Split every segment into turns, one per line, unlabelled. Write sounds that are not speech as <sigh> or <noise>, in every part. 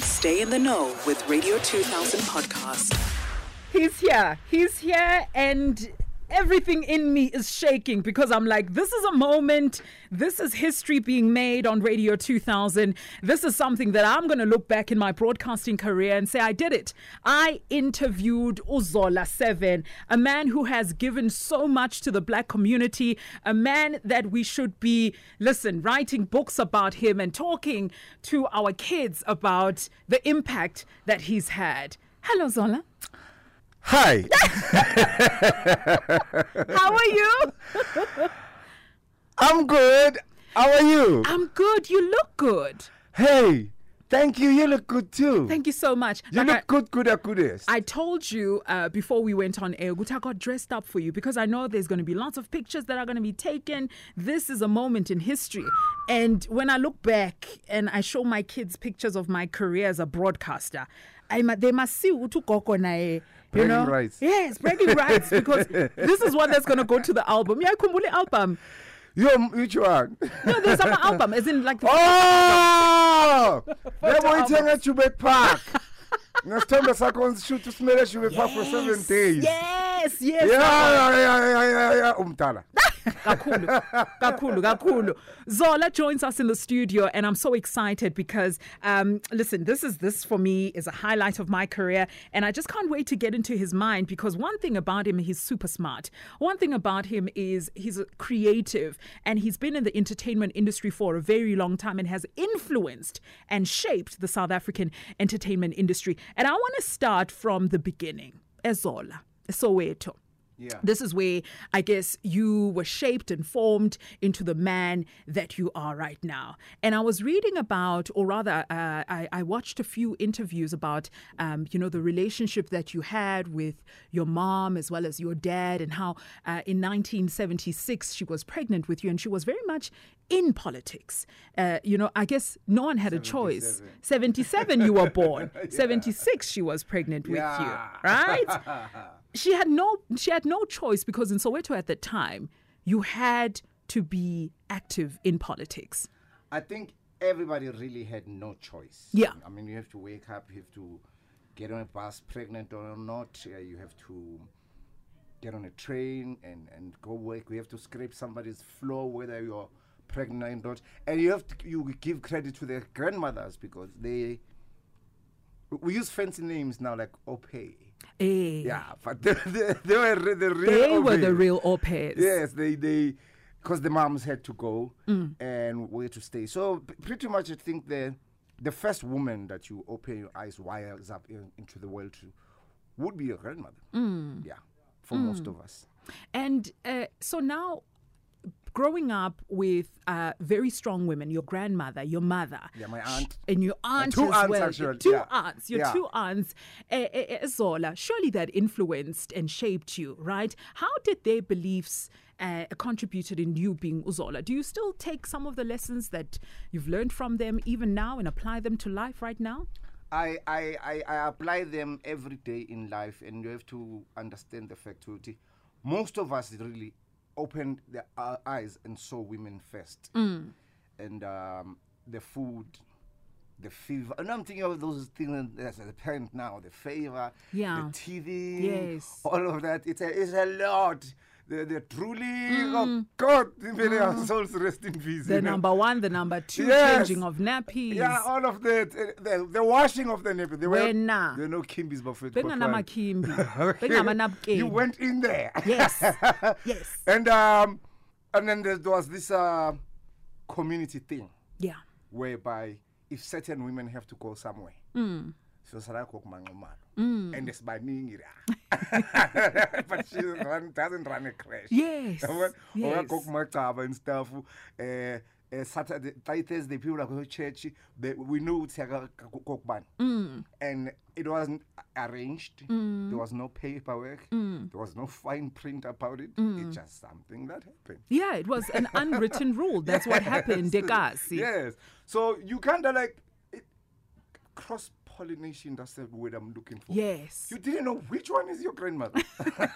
Stay in the know with Radio 2000 podcast.
He's here. He's here and everything in me is shaking because I'm like this is a moment. This is history being made on Radio 2000. This is something that I'm going to look back in my broadcasting career and say I did it. I interviewed Uzola 7, a man who has given so much to the black community, a man that we should be listen, writing books about him and talking to our kids about the impact that he's had. Hello Zola. <laughs>
Hi.
How are you?
I'm good. How are you?
<laughs> I'm good. You look good.
Hey, thank you. You look good too.
Thank you so much.
you.
Like,
look good, good, at goodest.
I, I told you uh, before we went on air, Guta got dressed up for you because I know there's going to be lots of pictures that are going to be taken. This is a moment in history. And when I look back and I show my kids pictures of my career as a broadcaster, I mu- they must see Utugogo nae. You
Bragging
know?
rights.
Yes, bragging rights
<laughs>
because this is what that's going to go to the album. Yeah, Kumbuli album.
Yo, which one?
<laughs> No, there's an album, as in like the
<laughs>
<laughs>
oh! Lebo
albums.
ithenga eJubeck
<laughs>
Park. Ngesithombe sakho sishuthi usimele eJubeck Park for 7 days.
Yes, yes.
Yeah,
that one.
yeah, yeah, yeah, yeah, yeah, umdala.
kakhulu kakhulu kakhulu zola joins us in the studio and i'm so excited because um, listen this is this for me is a highlight of my career and i just can't wait to get into his mind because one thing about him he's super smart one thing about him is he's creative and he's been in the entertainment industry for a very long time and has influenced and shaped the south african entertainment industry and i want to start from the beginning ezola soweto
Yeah.
this is where I guess you were shaped and formed into the man that you are right now. And I was reading about, or rather, uh, I, I watched a few interviews about, um, you know, the relationship that you had with your mom as well as your dad, and how uh, in 1976 she was pregnant with you, and she was very much in politics. Uh, you know, I guess no one had a choice. 77, you were
<laughs>
born. 76, she was pregnant with you,
Yeah.
right?
<laughs>
she had no she had no choice because in Soweto at the time you had to be active in politics.
I think everybody really had no choice.
Yeah.
I mean, you have to wake up, you have to get on a bus, pregnant or not. Uh, you have to get on a train and, and go work. We have to scrape somebody's floor, whether you're pregnant or not. And you have to you give credit to their grandmothers because they. We use fancy names now like Opay.
Eh,
Yeah, but <laughs> they, they, they were re- the real
They were the
Opay.
real au pairs.
Yes, they they because the moms had to go and we had to stay. So p- pretty much, I think the the first woman that you open your eyes wide up in, into the world to would be your grandmother. Yeah, for most of us.
And uh, so now growing up with uh, very strong women, your grandmother, your mother.
Yeah, my aunt.
And your aunt
two
as
aunts,
well. Your
actually,
two
yeah.
aunts, your
Yeah.
two aunts. Eh, eh, eh, Zola, surely that influenced and shaped you, right? How did their beliefs uh, contributed in you being Uzola? Do you still take some of the lessons that you've learned from them even now and apply them to life right now?
I, I, I, I apply them every day in life, and you have to understand the fact that most of us really opened their uh, eyes and saw women first.
Mm.
And um, the food, the fever. And I'm thinking of those things as a parent now the favor,
Yeah.
the TV,
Yes.
all of that. It's a, it's a lot. The, the truly, oh God, may their souls rest in peace.
Mm. The
you know.
number one, the number two,
Yes.
changing of nappies.
Yeah, all of that. uh, The, the washing of the nappy. They were,
Wena.
There were no kimbis buffet. but one. <laughs>
Benganamakhimbi,
You
bengamanapukeni.
went in there. <laughs>
Yes. yes.
and um, and then there was this uh, community thing
Yeah.
whereby if certain women have to go somewhere.
Mm.
sosala kokumangomalo and esibaningi
<laughs>
la <laughs> but she run, doesn't run a crash <laughs>
Yes,
Yabona? Or
yes.
go kumagcaba and stuff eh eh, Saturday Thai- Thursday people are going to church they, we knew ukuthi aka- ku- kokubani
Mm.
and it wasn't arranged there was no paperwork
Mm.
there was no fine print about it it's just something that happened
Yeah, it was an unwritten rule. That's Ah, what happened, Dekasi.
Yes. So you kind of like it, cross pollination. That's the word I'm looking for.
Yes.
You <laughs> didn't know which one is your
<laughs>
grandmother.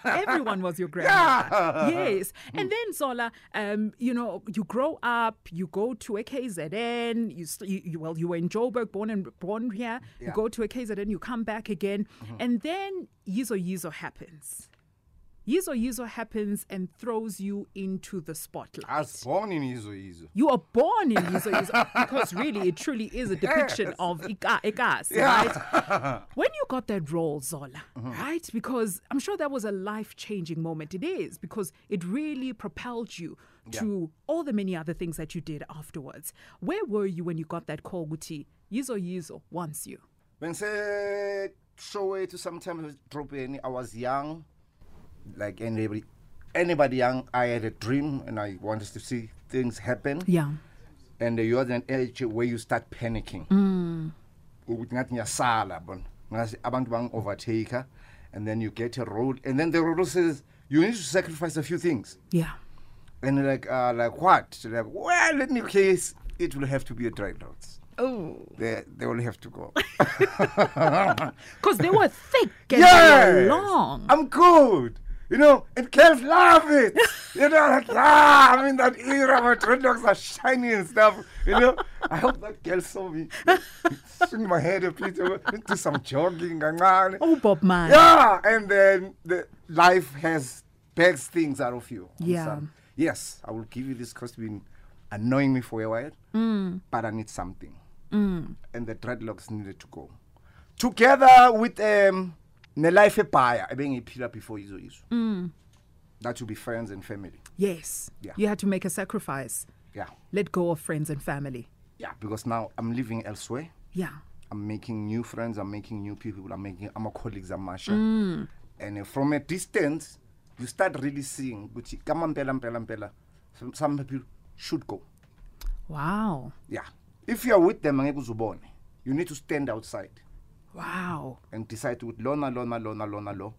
Everyone was your grandmother. Yes.
Mm.
And then Zola, um, you know, you grow up, you go to a KZN, you, st- you, you well, you were in Joburg, born and born here. You
Yeah. Mm-hmm.
go to a KZN, you come back again, and then Yizo Yizo happens. Yizo Yizo happens and throws you into the spotlight.
I was born in Izo Izo.
you are born in Yizo
<laughs>
Yizo because really it truly is a depiction of Ika, Ikas,
<laughs>
right? When you got that role, Zola,
Uh-huh.
right? Because I'm sure that was a life changing moment. It is because it really propelled you to all the many other things that you did afterwards. Where were you when you got that call, Guti? Yizo Yizo wants you.
When say show to sometimes drop in, I was young, like anybody, anybody young. I had a dream and I wanted to see things happen.
Yeah.
and uh, you're at an age where you start panicking ukuthi ngathi ngiyasala bona ngathi abantu bangi-overtaker and then you get a road and then the road says you need to sacrifice a few things
Yeah.
and you're like uh, like what like well in your case it will have to be a dry roads
Oh.
they, they will have to go
Because they
<laughs>
were thick and they were
yes
long.
i'm good you know and Kev
<laughs>
love it you know like ah, i'm in that era my dreadlocks are shiny and stuff you know i hope that girl saw me swing my head a bit over, do some jogging uh, kancane.
Oh, Bob Man.
yeah and then the life has begs things out of you
Yeah.
Some- yes i will give you this because you've been annoying me for a while but i need something and the dreadlocks needed to go together with um nelife ebhaya ebengiyiphila before izo izo that will be friends and family
Yes.
Yeah.
You had to make a sacrifice.
yeah
let go of friends and family.
yeah because now i'm living elsewhere
Yeah.
I'm making new friends, I'm making new people, I'm making I'm a colleagues I'm Masha. And uh, from a distance, you start really seeing which come on, pela, pela, pela. Some, some people should go.
Wow.
Yeah. If you are with them, angeke uzubone. you need to stand outside
Wow.
and decide to lona lona lona lona lo.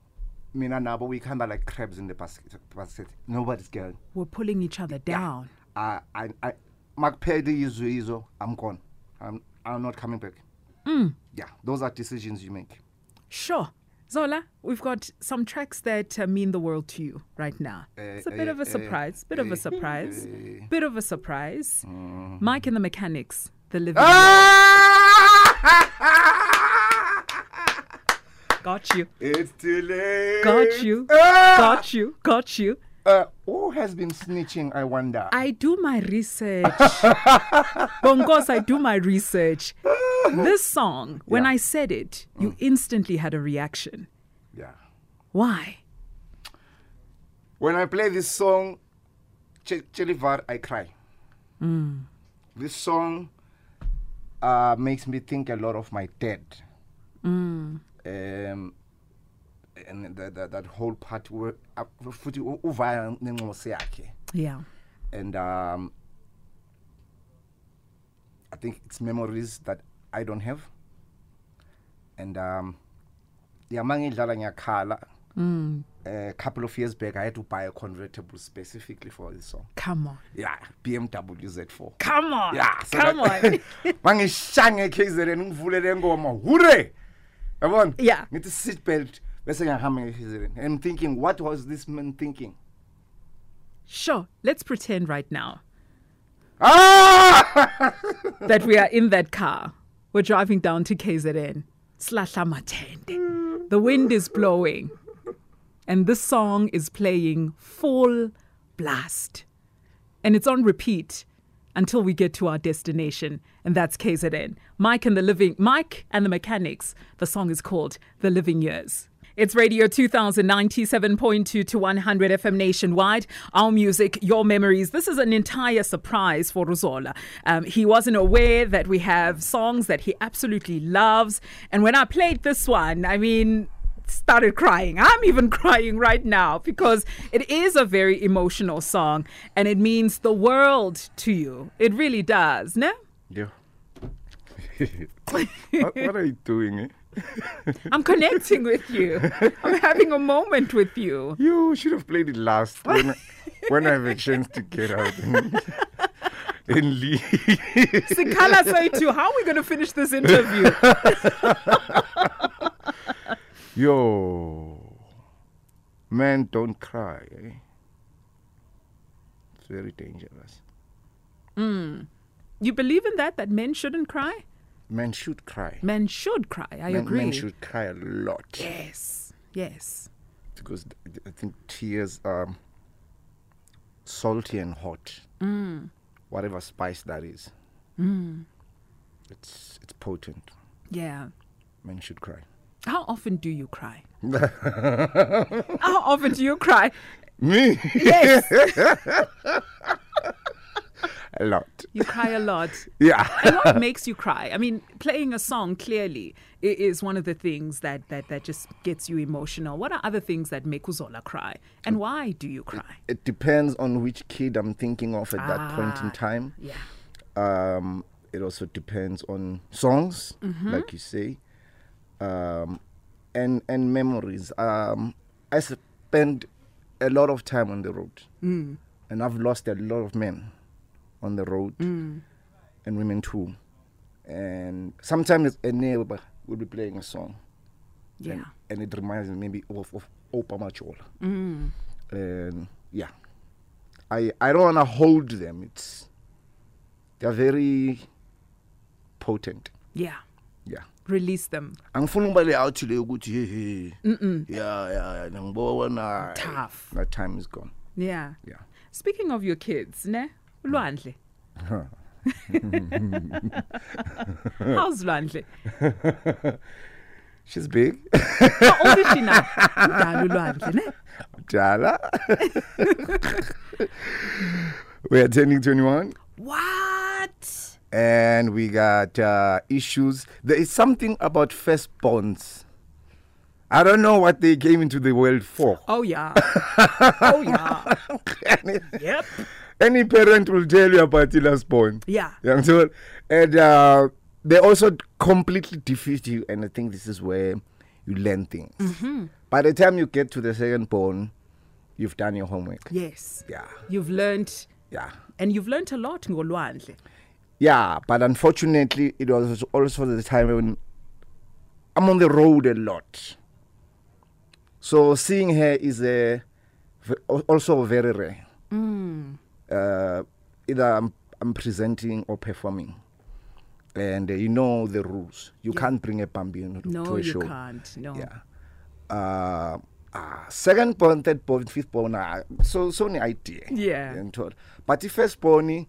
Mina nabo we kinda like crabs in the basket basket. Nobody's going.
We're pulling each other down.
I I I makuphele izwe izo, I'm gone. I'm I'm not coming back. Yeah, those are decisions you make.
Sure. Zola, we've got some tracks that uh, mean the world to you right now. It's a bit
eh,
of a
eh,
surprise, bit of a
eh, Mm.
surprise, bit of a surprise. Mike and the Mechanics, the living.
Ah!
Got you,
<laughs> It's too late.
got you,
Ah!
got you, got you.
Uh, who has been snitching, I wonder?
I do my research.
<laughs>
Bongos, I do my research. This song, when
Yeah. Mm.
I said it, you instantly had a reaction.
yeah.
Why?
When I play this song, Ch- Chelivar, I cry.
Hmm.
This song uh, makes me think a lot of my dad.
Hmm.
Um, and the, the, that whole part where uh, futhi u- uvaya nenxuso yakhe.
Yeah.
and um, I think it's memories that I don't have. And um, yeah, mangidlala ngiyakhala.
Mm.
A couple of years back, I had to buy a convertible specifically for this song.
Come on.
Yeah, BMW Z4.
Come on.
Yeah, so
Come
that- <laughs>
on.
mangishange KZN ngivulele engoma hure yabona
Yeah.
ngithi seat belt bese ngiyahamba nge-KZN and I'm thinking what was this man thinking
sure. Let's pretend right now
ah! <laughs>
that we are in that car. We're driving down to KZN. Slahla matende. The wind is blowing. And this song is playing full blast. And it's on repeat until we get to our destination. And that's KZN. Mike and the Living Mike and the Mechanics. The song is called The Living Years. It's Radio 2097.2 to 100 FM nationwide. Our music, your memories. This is an entire surprise for Ruzola. Um, he wasn't aware that we have songs that he absolutely loves. And when I played this one, I mean, started crying. I'm even <laughs> crying right now because it is a very emotional song and it means the world to you. It really does, ne?
<laughs>
Yeah. what, what are you doing? Eh?
I'm connecting with you. I'm having a moment with
<laughs>
you.
You should have played it last when, when I have a chance to get out.
and leave. <laughs>
Sikala say to how are we going to finish this interview?
Yo, man, don't cry. Eh? It's very dangerous.
You believe in that that men shouldn't cry?
Men should cry.
Men should cry. I
men,
agree.
men should cry a lot
Yes. Yes.
because th- I think tears are salty and hot.
Mm.
Whatever spice that is, it's it's potent.
Yeah.
Men should cry.
How often do you cry?
<laughs>
How often do you cry?
Me,
Yes.
<laughs> a lot.
You cry a lot.
Yeah.
And what makes you cry? I mean, playing a song clearly i- is one of the things that, that, that just gets you emotional. What are other things that make Uzola cry? And why do you cry?
It depends on which kid I'm thinking of at that point in
Ah,
time.
Yeah.
Um, it also depends on songs, like you say, um, and and memories. Um, I spend a lot of time on the road, and I've lost a lot of men on the road, and women too. And sometimes a neighbor will be playing a song,
Yeah.
and, and it reminds me maybe of, of Opa Machola. And yeah, I I don't want to hold them. It's they're very potent.
Yeah.
Yeah.
Release them.
angifuna ukuba le out le ukuthi he he yeah yeah ngibona
Tough.
that time is gone
Yeah.
yeah
Speaking of your kids, ne? Lwandle. How's Lwandle?
she's big <laughs>
How old is she now? Mdala uLwandle, ne?
jala we're turning 21
What?
and we got uh, issues. There is something about firstborns. I don't know what they came into the world for. <laughs>
Oh yeah. Oh yeah.
any,
Yep.
any parent will tell you about lastborn.
Yeah.
You know, and uh, they also completely defeat you. And I think this is where you learn things. By the time you get to the second born, you've done your homework.
Yes.
Yeah,
You've learned
yeah.
and you've learned a lot ngolwandle.
Yeah, but unfortunately, it was also the time when I'm on the road a lot. So seeing her is a, ve- al- also very rare.
Hmm.
Uh, either I'm, I'm presenting or performing. And uh, you know the rules. You can't bring a bambino to,
No,
to a
you
show.
can't. No.
Yeah. Uh, ah, second born, third born, fifth born, uh, so so any idea.
Yeah.
And thought. But the first born,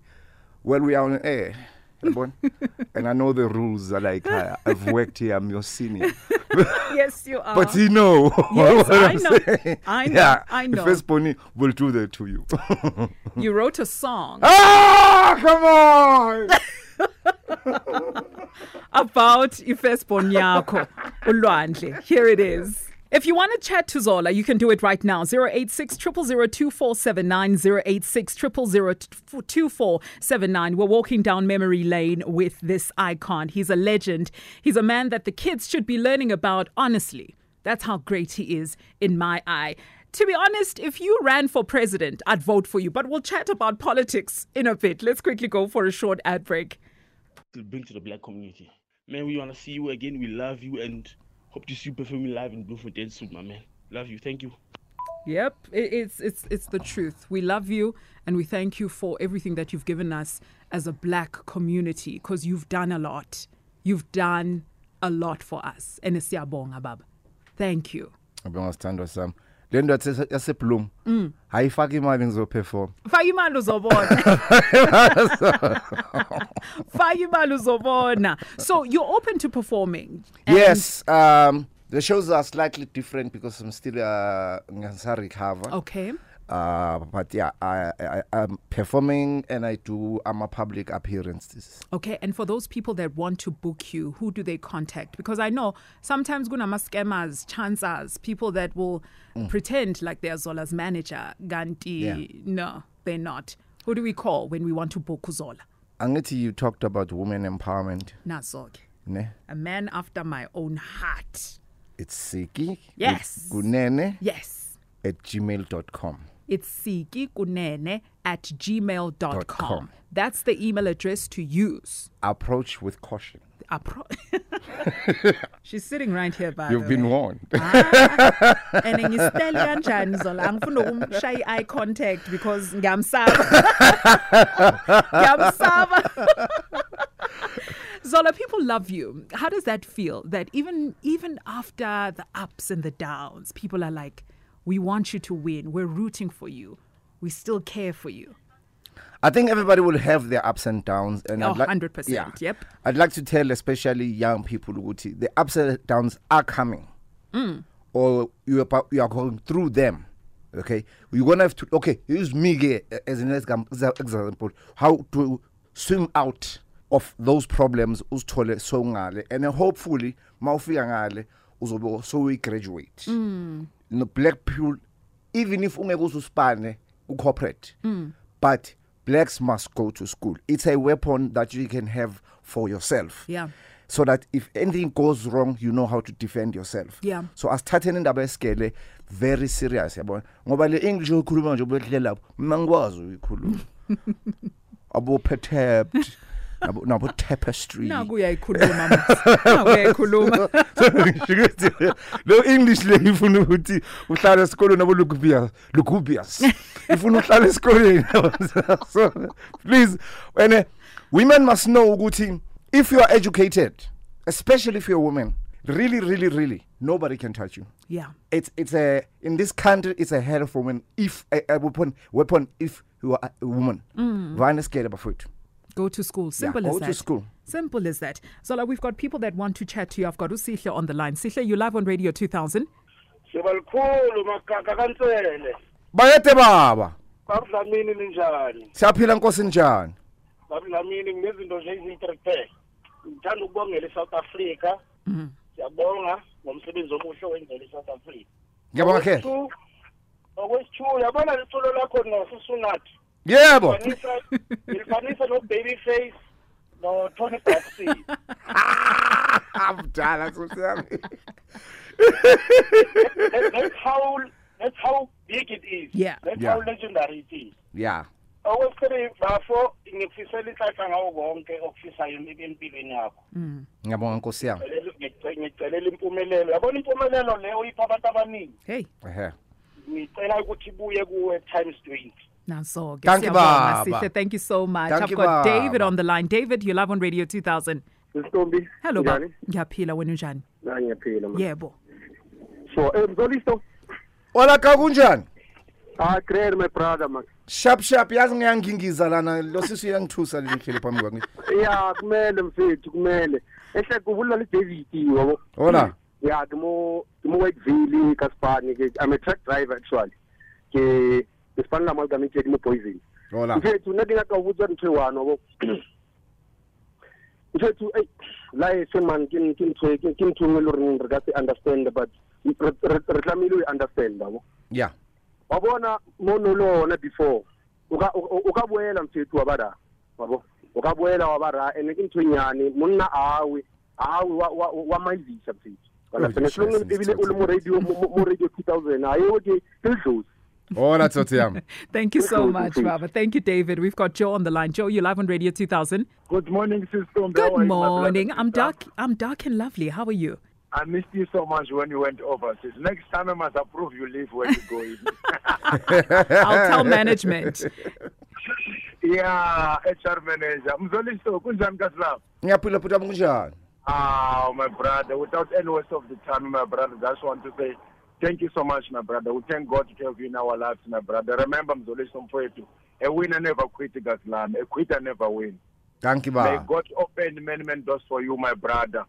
well, we are on air. Yabona?
<laughs>
and I know the rules are like I, I've worked here, I'm
<laughs>
your senior.
Yes, you are.
But you know <laughs>
Yes, I
I'm
know.
saying.
I know,
<laughs> Yeah,
I
The
know.
first pony will do that to you. <laughs>
you wrote a song
ah, come
<laughs>
on!
about ifestborn yakho ulwandle. Here it is. If you want to chat to Zola, you can do it right now. 086 0002479, 086 0002479. We're walking down memory lane with this icon. He's a legend. He's a man that the kids should be learning about, honestly. That's how great he is in my eye. To be honest, if you ran for president, I'd vote for you. But we'll chat about politics in a bit. Let's quickly go for a short ad break.
to bring to the black community. Man, we want to see you again. We love you and hope to see you performing live in Bloemfontein soon, my man. Love you. Thank you.
Yep, i- it's it's it's the truth. We love you and we thank you for everything that you've given us as a black community because you've done a lot. You've done a lot for us. And siyabonga baba. Thank you.
Bengasithandwa sami. Le ndoda yase- yaseBloem.
Mm.
Hayifaki imali ngizoperform.
Faka imali uzobona. Faka imali uzobona. So you're open to performing. and-
Yes, um, the shows are slightly different because I'm still uh, ngasa recover.
Okay.
Uh, but yeah, I, I I'm performing and I do I'm a public appearances.
Okay, and for those people that want to book you, who do they contact? Because I know sometimes kunama scammers, chancers, people that will pretend like they're Zola's manager. Ganti,
Mm. Yeah.
no, they're not. Who do we call when we want to book Zola?
Angithi you talked about women empowerment,
Nazog,
ne?
a man after my own heart.
It's Siki.
Yes.
Gunene
Yes.
at gmail.com.
It's sikikunene at gmail.com.
com.
That's the email address to use.
Approach with caution. <laughs>
Appro- <laughs> She's sitting right here, by
You've
the
been
way.
warned. <laughs>
and ngistele kanjani zola ngifuna ukumshaya i-eye contact because ngiyamsaba ngiyamsaba zola people love you how does that feel that even even after the ups and the downs people are like we want you to win we're rooting for you we still care for you
I think everybody will have their ups and downs, and
Oh,
I'd like-
100%,
Yeah.
yep.
I'd like to tell especially young people, Uguti, the ups and downs are coming,
Mm.
or you are pa- you are going through them. Okay, you're gonna have to. Okay, use me here as an exam- exa- example. How to swim out of those problems uzithole sowungale and then hopefully mawufika ngale uzobe sowuyi-graduate
Mm.
no black people even if ungeke ususipane ucorporate
Hmm.
but blacks must go to school it's a weapon that you can have for yourself
Yeah.
so that if anything goes wrong you know how to defend yourself
Yeah.
so asithatheni indaba yesikele very serious yabona ngoba le english oyikhuluma nje ubehlele lapho mina ngikwazi
<laughs>
uyikhuluma abo-petept nabo-tapestry
naku uyayikhuluma mos. naku
<laughs>
uyayikhuluma
Shukuthi lo English le ifuna ukuthi uhlale esikolweni abo lugubias lugubias ifuna uhlale esikolweni <laughs> so please and uh, women must know ukuthi if you are educated especially if you're a woman really really really nobody can touch you
yeah
it's it's a in this country it's a hell for women if a, a weapon weapon if you are a woman vane scared abafowethu
Go to school. Simple as
go
that.
to school.
Simple as that. Zola, we've got people that want to chat to you. I've got Usihle on the line. Sihle, you live on Radio 2000.
siba likhulu magaga kansele
bayede baba
babudlamini ninjani
siyaphila nkosi njani
babudlamini nginezinto nje eziyi-prepare ngithanda ukubongela i-south africa siyabonga ngomsebenzi omuhle owenzela i-south africa
ngiyabonga khe
Okwesitu- okwesithuyo yabona liculo lakho nosusunathi
yebo
ngilifanisa no-baby face no-tony bassin
amdala nkosi yami
that's how that's how big it is
Yeah.
that's
Yeah.
how legendary it is
yeah
okwesibili bafo ngikufisela inhlanhla ngawo konke okufisayo em- empilweni yakho
ngiyabonga nkosi yami
Ngicela- ngice- ngicelela impumelelo yabona impumelelo le oyipha abantu abaningi
Hey,
ehe
ngicela ukuthi ibuye kuwe times 20
Nanso.
Thank you, Baba.
Sihle, thank you so much.
Thank
I've
you,
got
Baba.
David on the line. David, you live on Radio 2000.
Ntombi.
Hello, Baba.
Njani?
Ngiyaphila wena unjani?
La ngiyaphila man.
Yebo.
So, eh Mzoliso,
olaka kunjani
ah great my brother man.
shap shap yazi ngiyangingiza lana lo sisi uyangithusa leli hleli phambi kwami
Yeah, kumele mfethu kumele. Ehle kubula le David yabo.
Hola.
Yeah, dimo dimo Whiteville ka Spani ke I'm a truck driver actually. Ke ke Spani la malga ke dimo poison.
hola
Mfethu nna dinga ka botsa ntho e one yabo. <clears throat> Mfethu ei la e se man ke ke ntho e- ke ke ntho nngwe le reng re ka se understand but re re- re tlamehile o e understand yabo.
yeah
wa bona mono le ona before o ka- o- o- o ka boela mfethu wa bara wabo o ka boela wa bara ene ke nthonyane monna awe awe wa- wa- wa mailisa mfethu
Oh,
Wala, sene
Jesus,
selong ebile o le mo
ntsotsi.
radio mo- mo mo radio 2000 a eo ke ke ledlosi
hola tsotsi yami
Thank you so
Ukhona,
much,
ukhona.
Baba. Thank you, David. We've got Joe on the line. Joe, you live on Radio 2000.
Good morning, Sister.
Good morning. I'm dark. I'm dark and lovely. How are
<laughs>
you?
I missed you so much when you went overseas. Next time I must approve you leave when you go in.
I'll tell management.
yeah, HR manager. Mzoliso, kunjani kaslap?
ngiyaphulaphula phambi kunjani
Ah, my brother, without any waste of the time, my brother, just want to say thank you so much, my brother. We thank God to have you in our lives, my brother. Remember, Mzoliso Mpoetu, a winner never quits, Gaslam. A quitter never wins.
thank you
May
ba
God open many, many doors for you, my brother.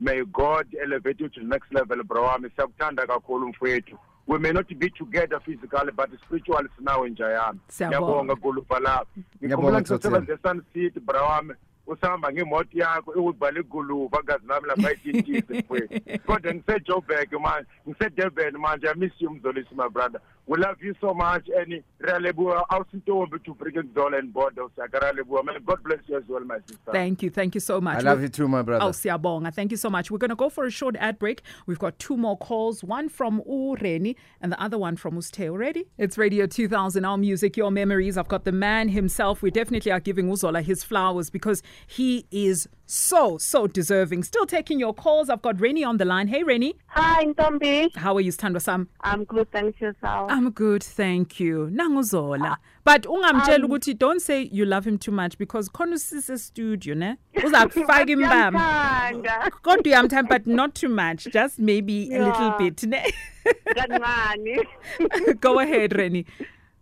May God elevate you to the next level, bro. I'm kakhulu mfowethu. We may not be together physically, but spiritually sinawe njayami.
Siyabonga.
kulufa lapha.
Ngiyabonga,
Ngikhumbula ngisasebenza
Tsotsi.
eSun City, bro wami. usahamba ngemoto yakho iwibhala iguluva gazi lami
<laughs>
lapha ayititise mfowethu kodwa ngisejobek manje ngisedurban manje i miss you mzolisi my brother
We love you so much. And Ralebua, Ausintombi to Brigham Doll and Bordeaux, Sakaralebua. May God bless you as well, my sister.
Thank you. Thank you so much.
I love you too, my brother.
Oh, siyabonga. Thank you so much. We're going to go for a short ad break. We've got two more calls, one from Ureni and the other one from Usteo. Ready? It's Radio 2000, our music, your memories. I've got the man himself. We definitely are giving Uzola his flowers because he is so, so deserving. Still taking your calls. I've got Rennie on the line. Hey, Rennie.
Hi, Ntombi.
How are you, Standwa Sam?
I'm good, thanks yourself.
I'm good, thank you. Nanguzola. But ungamtshela ukuthi don't say you love him too much because khona usise studio ne uzakufaka
<laughs>
imbamba.
Ngiyamthanda.
Kodwa uyamthanda but not too much, just maybe a little
Yeah.
bit ne. <laughs>
Kancane.
Go ahead, Rennie.
<laughs>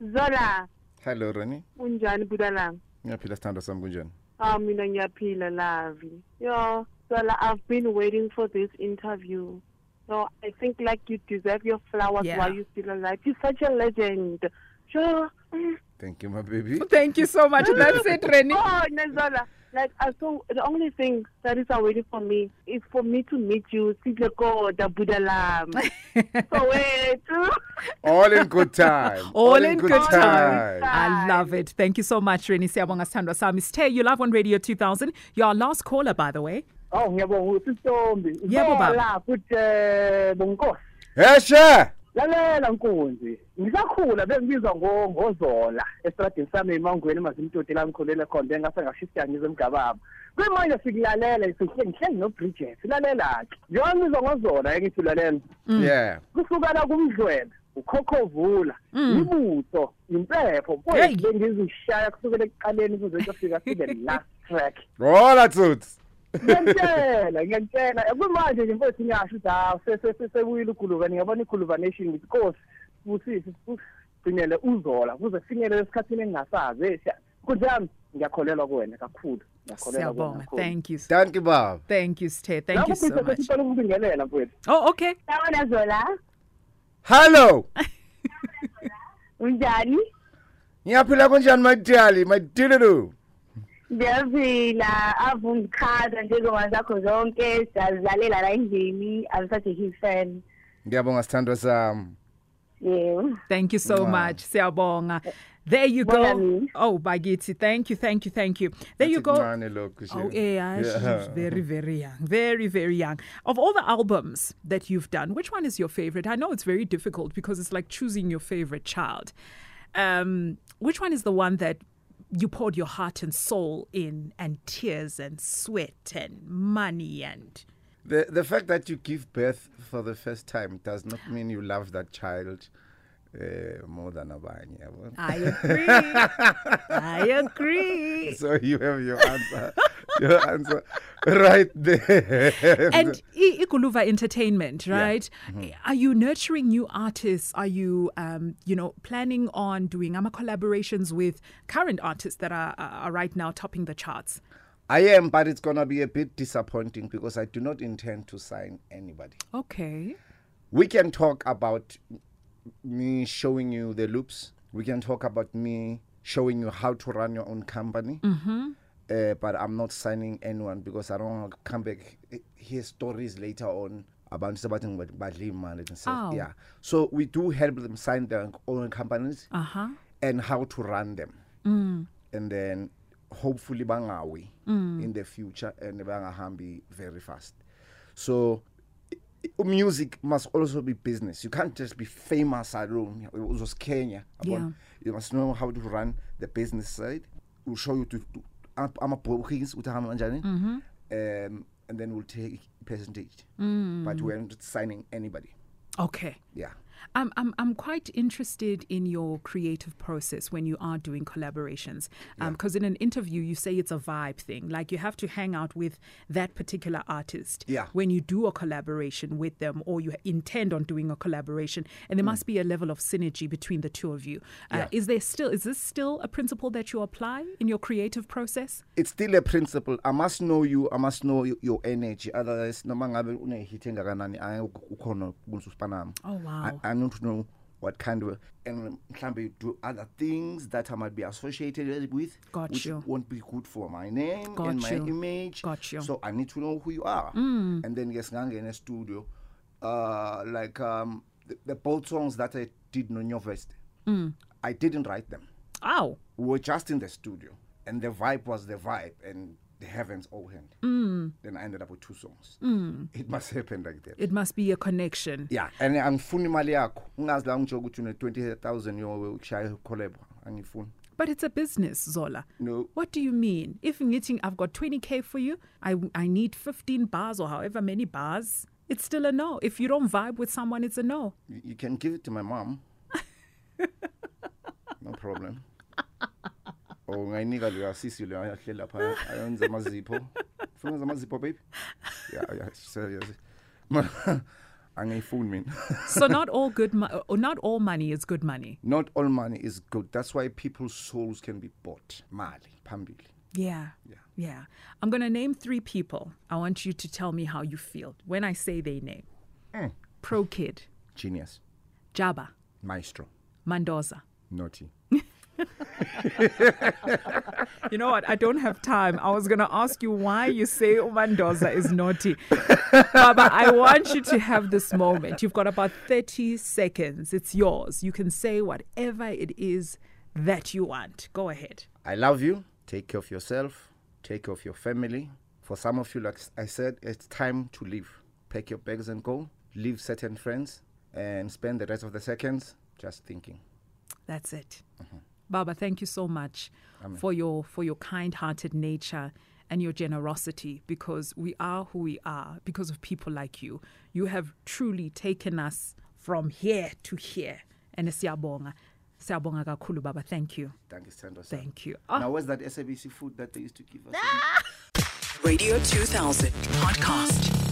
Zola,
Hello, Ronnie.
unjani Bulalanga?
Ngiyaphila sithando sami kunjani?
Ah, mina ngiyaphila lavi. Yo, Zola, I've been waiting for this interview. So I think like you deserve your flowers
Yeah.
while you're still alive. You're such a legend. Sure.
Thank you,
<laughs>
my baby.
Thank you so much. That's it, Rennie.
Oh, Nazola. Like, I saw the only thing that is waiting for me is for me to meet you, Sidleko, the Buddha Lam. so wait.
All in good time.
<laughs> All, in, good, time.
time.
I love it. Thank you so much, Rennie Siyabonga Sandwa Sam. It's Tay, you love on Radio 2000. You're our last caller, by the way.
Oh, ngiyabonga uSintombi.
Yebo, baba.
Zola futhi eh, bonkosi.
Heshe!
Lalela Nkunzi, ngisakhula bengibizwa ngo ngozola esitradini sami emangweni mazimtoti la ngikholela khona bengase ngashisa ngizwe mgababa. Kwemanje sikulalela sihle ngihleli no Bridget. Lalela ke. Yona izwa ngozola engithi lalela.
Yeah.
Kusukela kumdlwele, ukhokhovula, ibutho, impepho,
Mm. Hey.
bengizishaya kusukela ekuqaleni kuze kufika sibe last track.
All at suits.
ngiyakutshela ngiyakutshela kumanje nje mfowethu ngiyasho ukuthi hawu se- se- se- sekuyile uguluvane ngiyabona iguluva nation ngithi kosi busisi sigcinele uzola kuze sifinyelele esikhathini engingasazi Eh, siya- nkunzi yami ngiyakholelwa kuwena kakhulu ngiyakholelwa kuwena
Siyabonga.
kakhulu.
Thank you.
Thank you, Bob.
Thank you, Tay. Thank
Lapho
you so
ubhuti
much.
sesicela ukubingelela mfowethu
Oh, okay.
Sawona Zola,
Hello.
unjani?
Ngiyaphila kunjani, my darling, my dilulu?
Ngiyaphila, ave ungikhaza njengoma zakho zonke, siyazilalela la endlini. I'm such a huge fan.
Ngiyabonga sithando sami.
Yeah.
Thank you so
Wow.
much, Siyabonga. There you go.
Bonani.
Oh, Bagiti. Thank you, thank you, thank you. There you go.
Mane lokhu.
Oh,
she.
yeah, she's very, very young. Very, very young. Of all the albums that you've done, which one is your favorite? I know it's very difficult because it's like choosing your favorite child. Um, which one is the one that you poured your heart and soul in, and tears and sweat and money and.
The the fact that you give birth for the first time does not mean you love that child uh, more than abanye. yabo?
I agree. <laughs> I agree.
So you have your answer. your answer right there.
and I- Iguluva Entertainment, right? Are you nurturing new artists? Are you, um, you know, planning on doing ama collaborations with current artists that are, are right now topping the charts?
I am, but it's gonna be a bit disappointing because I do not intend to sign anybody.
Okay.
We can talk about me showing you the loops. We can talk about me showing you how to run your own company. Uh, but I'm not signing anyone because I don't want to come back eh, hear stories later on about something but badly managed and stuff.
Ow.
Yeah. So we do help them sign their own companies
Uh huh.
and how to run them. And then hopefully bangawi in the future and bangahambi very fast. So i- i- music must also be business. You can't just be famous alone. It was Kenya.
Yeah.
You must know how to run the business side. We'll show you to, to ama-bookings ukuthi ahamba kanjani um and then we'll take percentage but we're not signing anybody
Okay.
yeah
I'm, I'm, I'm quite interested in your creative process when you are doing collaborations. Because in an interview, you say it's a vibe thing. Like you have to hang out with that particular artist
Yeah.
when you do a collaboration with them or you intend on doing a collaboration. And there must be a level of synergy between the two of you. Uh,
Mm. Yeah.
Is there still, is this still a principle that you apply in your creative process?
it's still a principle i must know you i must know y- your energy otherwise noma ngabe unehit engakanani ayi ukhona kunisusipanami
Oh, wow.
I, i need to know what kind of and mhlambe you do other things that i might be associated with
Got
which
you.
won't be good for my name
Got
and my
you.
image
Got you. Mm.
so i need to know who you are and then yes ngangena estudio uh like um the, the bold songs that I did on your vest,
Mm.
I didn't write them.
Ow.
We were just in the studio, and the vibe was the vibe, and the heavens opened. Then I ended up with two songs. It must happen like that.
It must be a connection.
yeah and angifuni imali yakho ungazi la ngijho ukuthi une-20 000 yowe ukushaya ukholebo angifuni
But it's a business, Zola.
No.
What do you mean? If meeting, I've got 20K for you, I, I need 15 bars or however many bars, it's still a no. If you don't vibe with someone, it's a no.
you, you can give it to my mom no problem or ungayinika leyo sisi leyo ayahlela phaya ayenze amazipho funa wenza amazipho baby yeah, yeah, she said yes. <laughs> Ma- angiyifuni mina
So not all good, mo- or not all money is good money.
not all money is good that's why people's souls can be bought mali phambili
Yeah. Yeah. I'm going to name three people. I want you to tell me how you feel when I say their name. Pro Kid,
Eh, genius
Jaba,
maestro
Mandoza.
naughty
You know what? I don't have time. I was going to ask you why you say Umandoza is naughty. Baba, I want you to have this moment. You've got about 30 seconds. It's yours. You can say whatever it is that you want. Go ahead.
I love you. Take care of yourself. Take care of your family. For some of you, like I said, it's time to leave. Pack your bags and go. Leave certain friends and spend the rest of the seconds just thinking.
That's it. Baba, thank you so much for your for your kind-hearted nature and your generosity because we are who we are because of people like you. You have truly taken us from here to here. And siyabonga. Siyabonga kakhulu baba. Thank you.
Thank you, Sandra.
Thank you. Ah.
Now, where's that SABC food that they used to give us?
Radio 2000 podcast.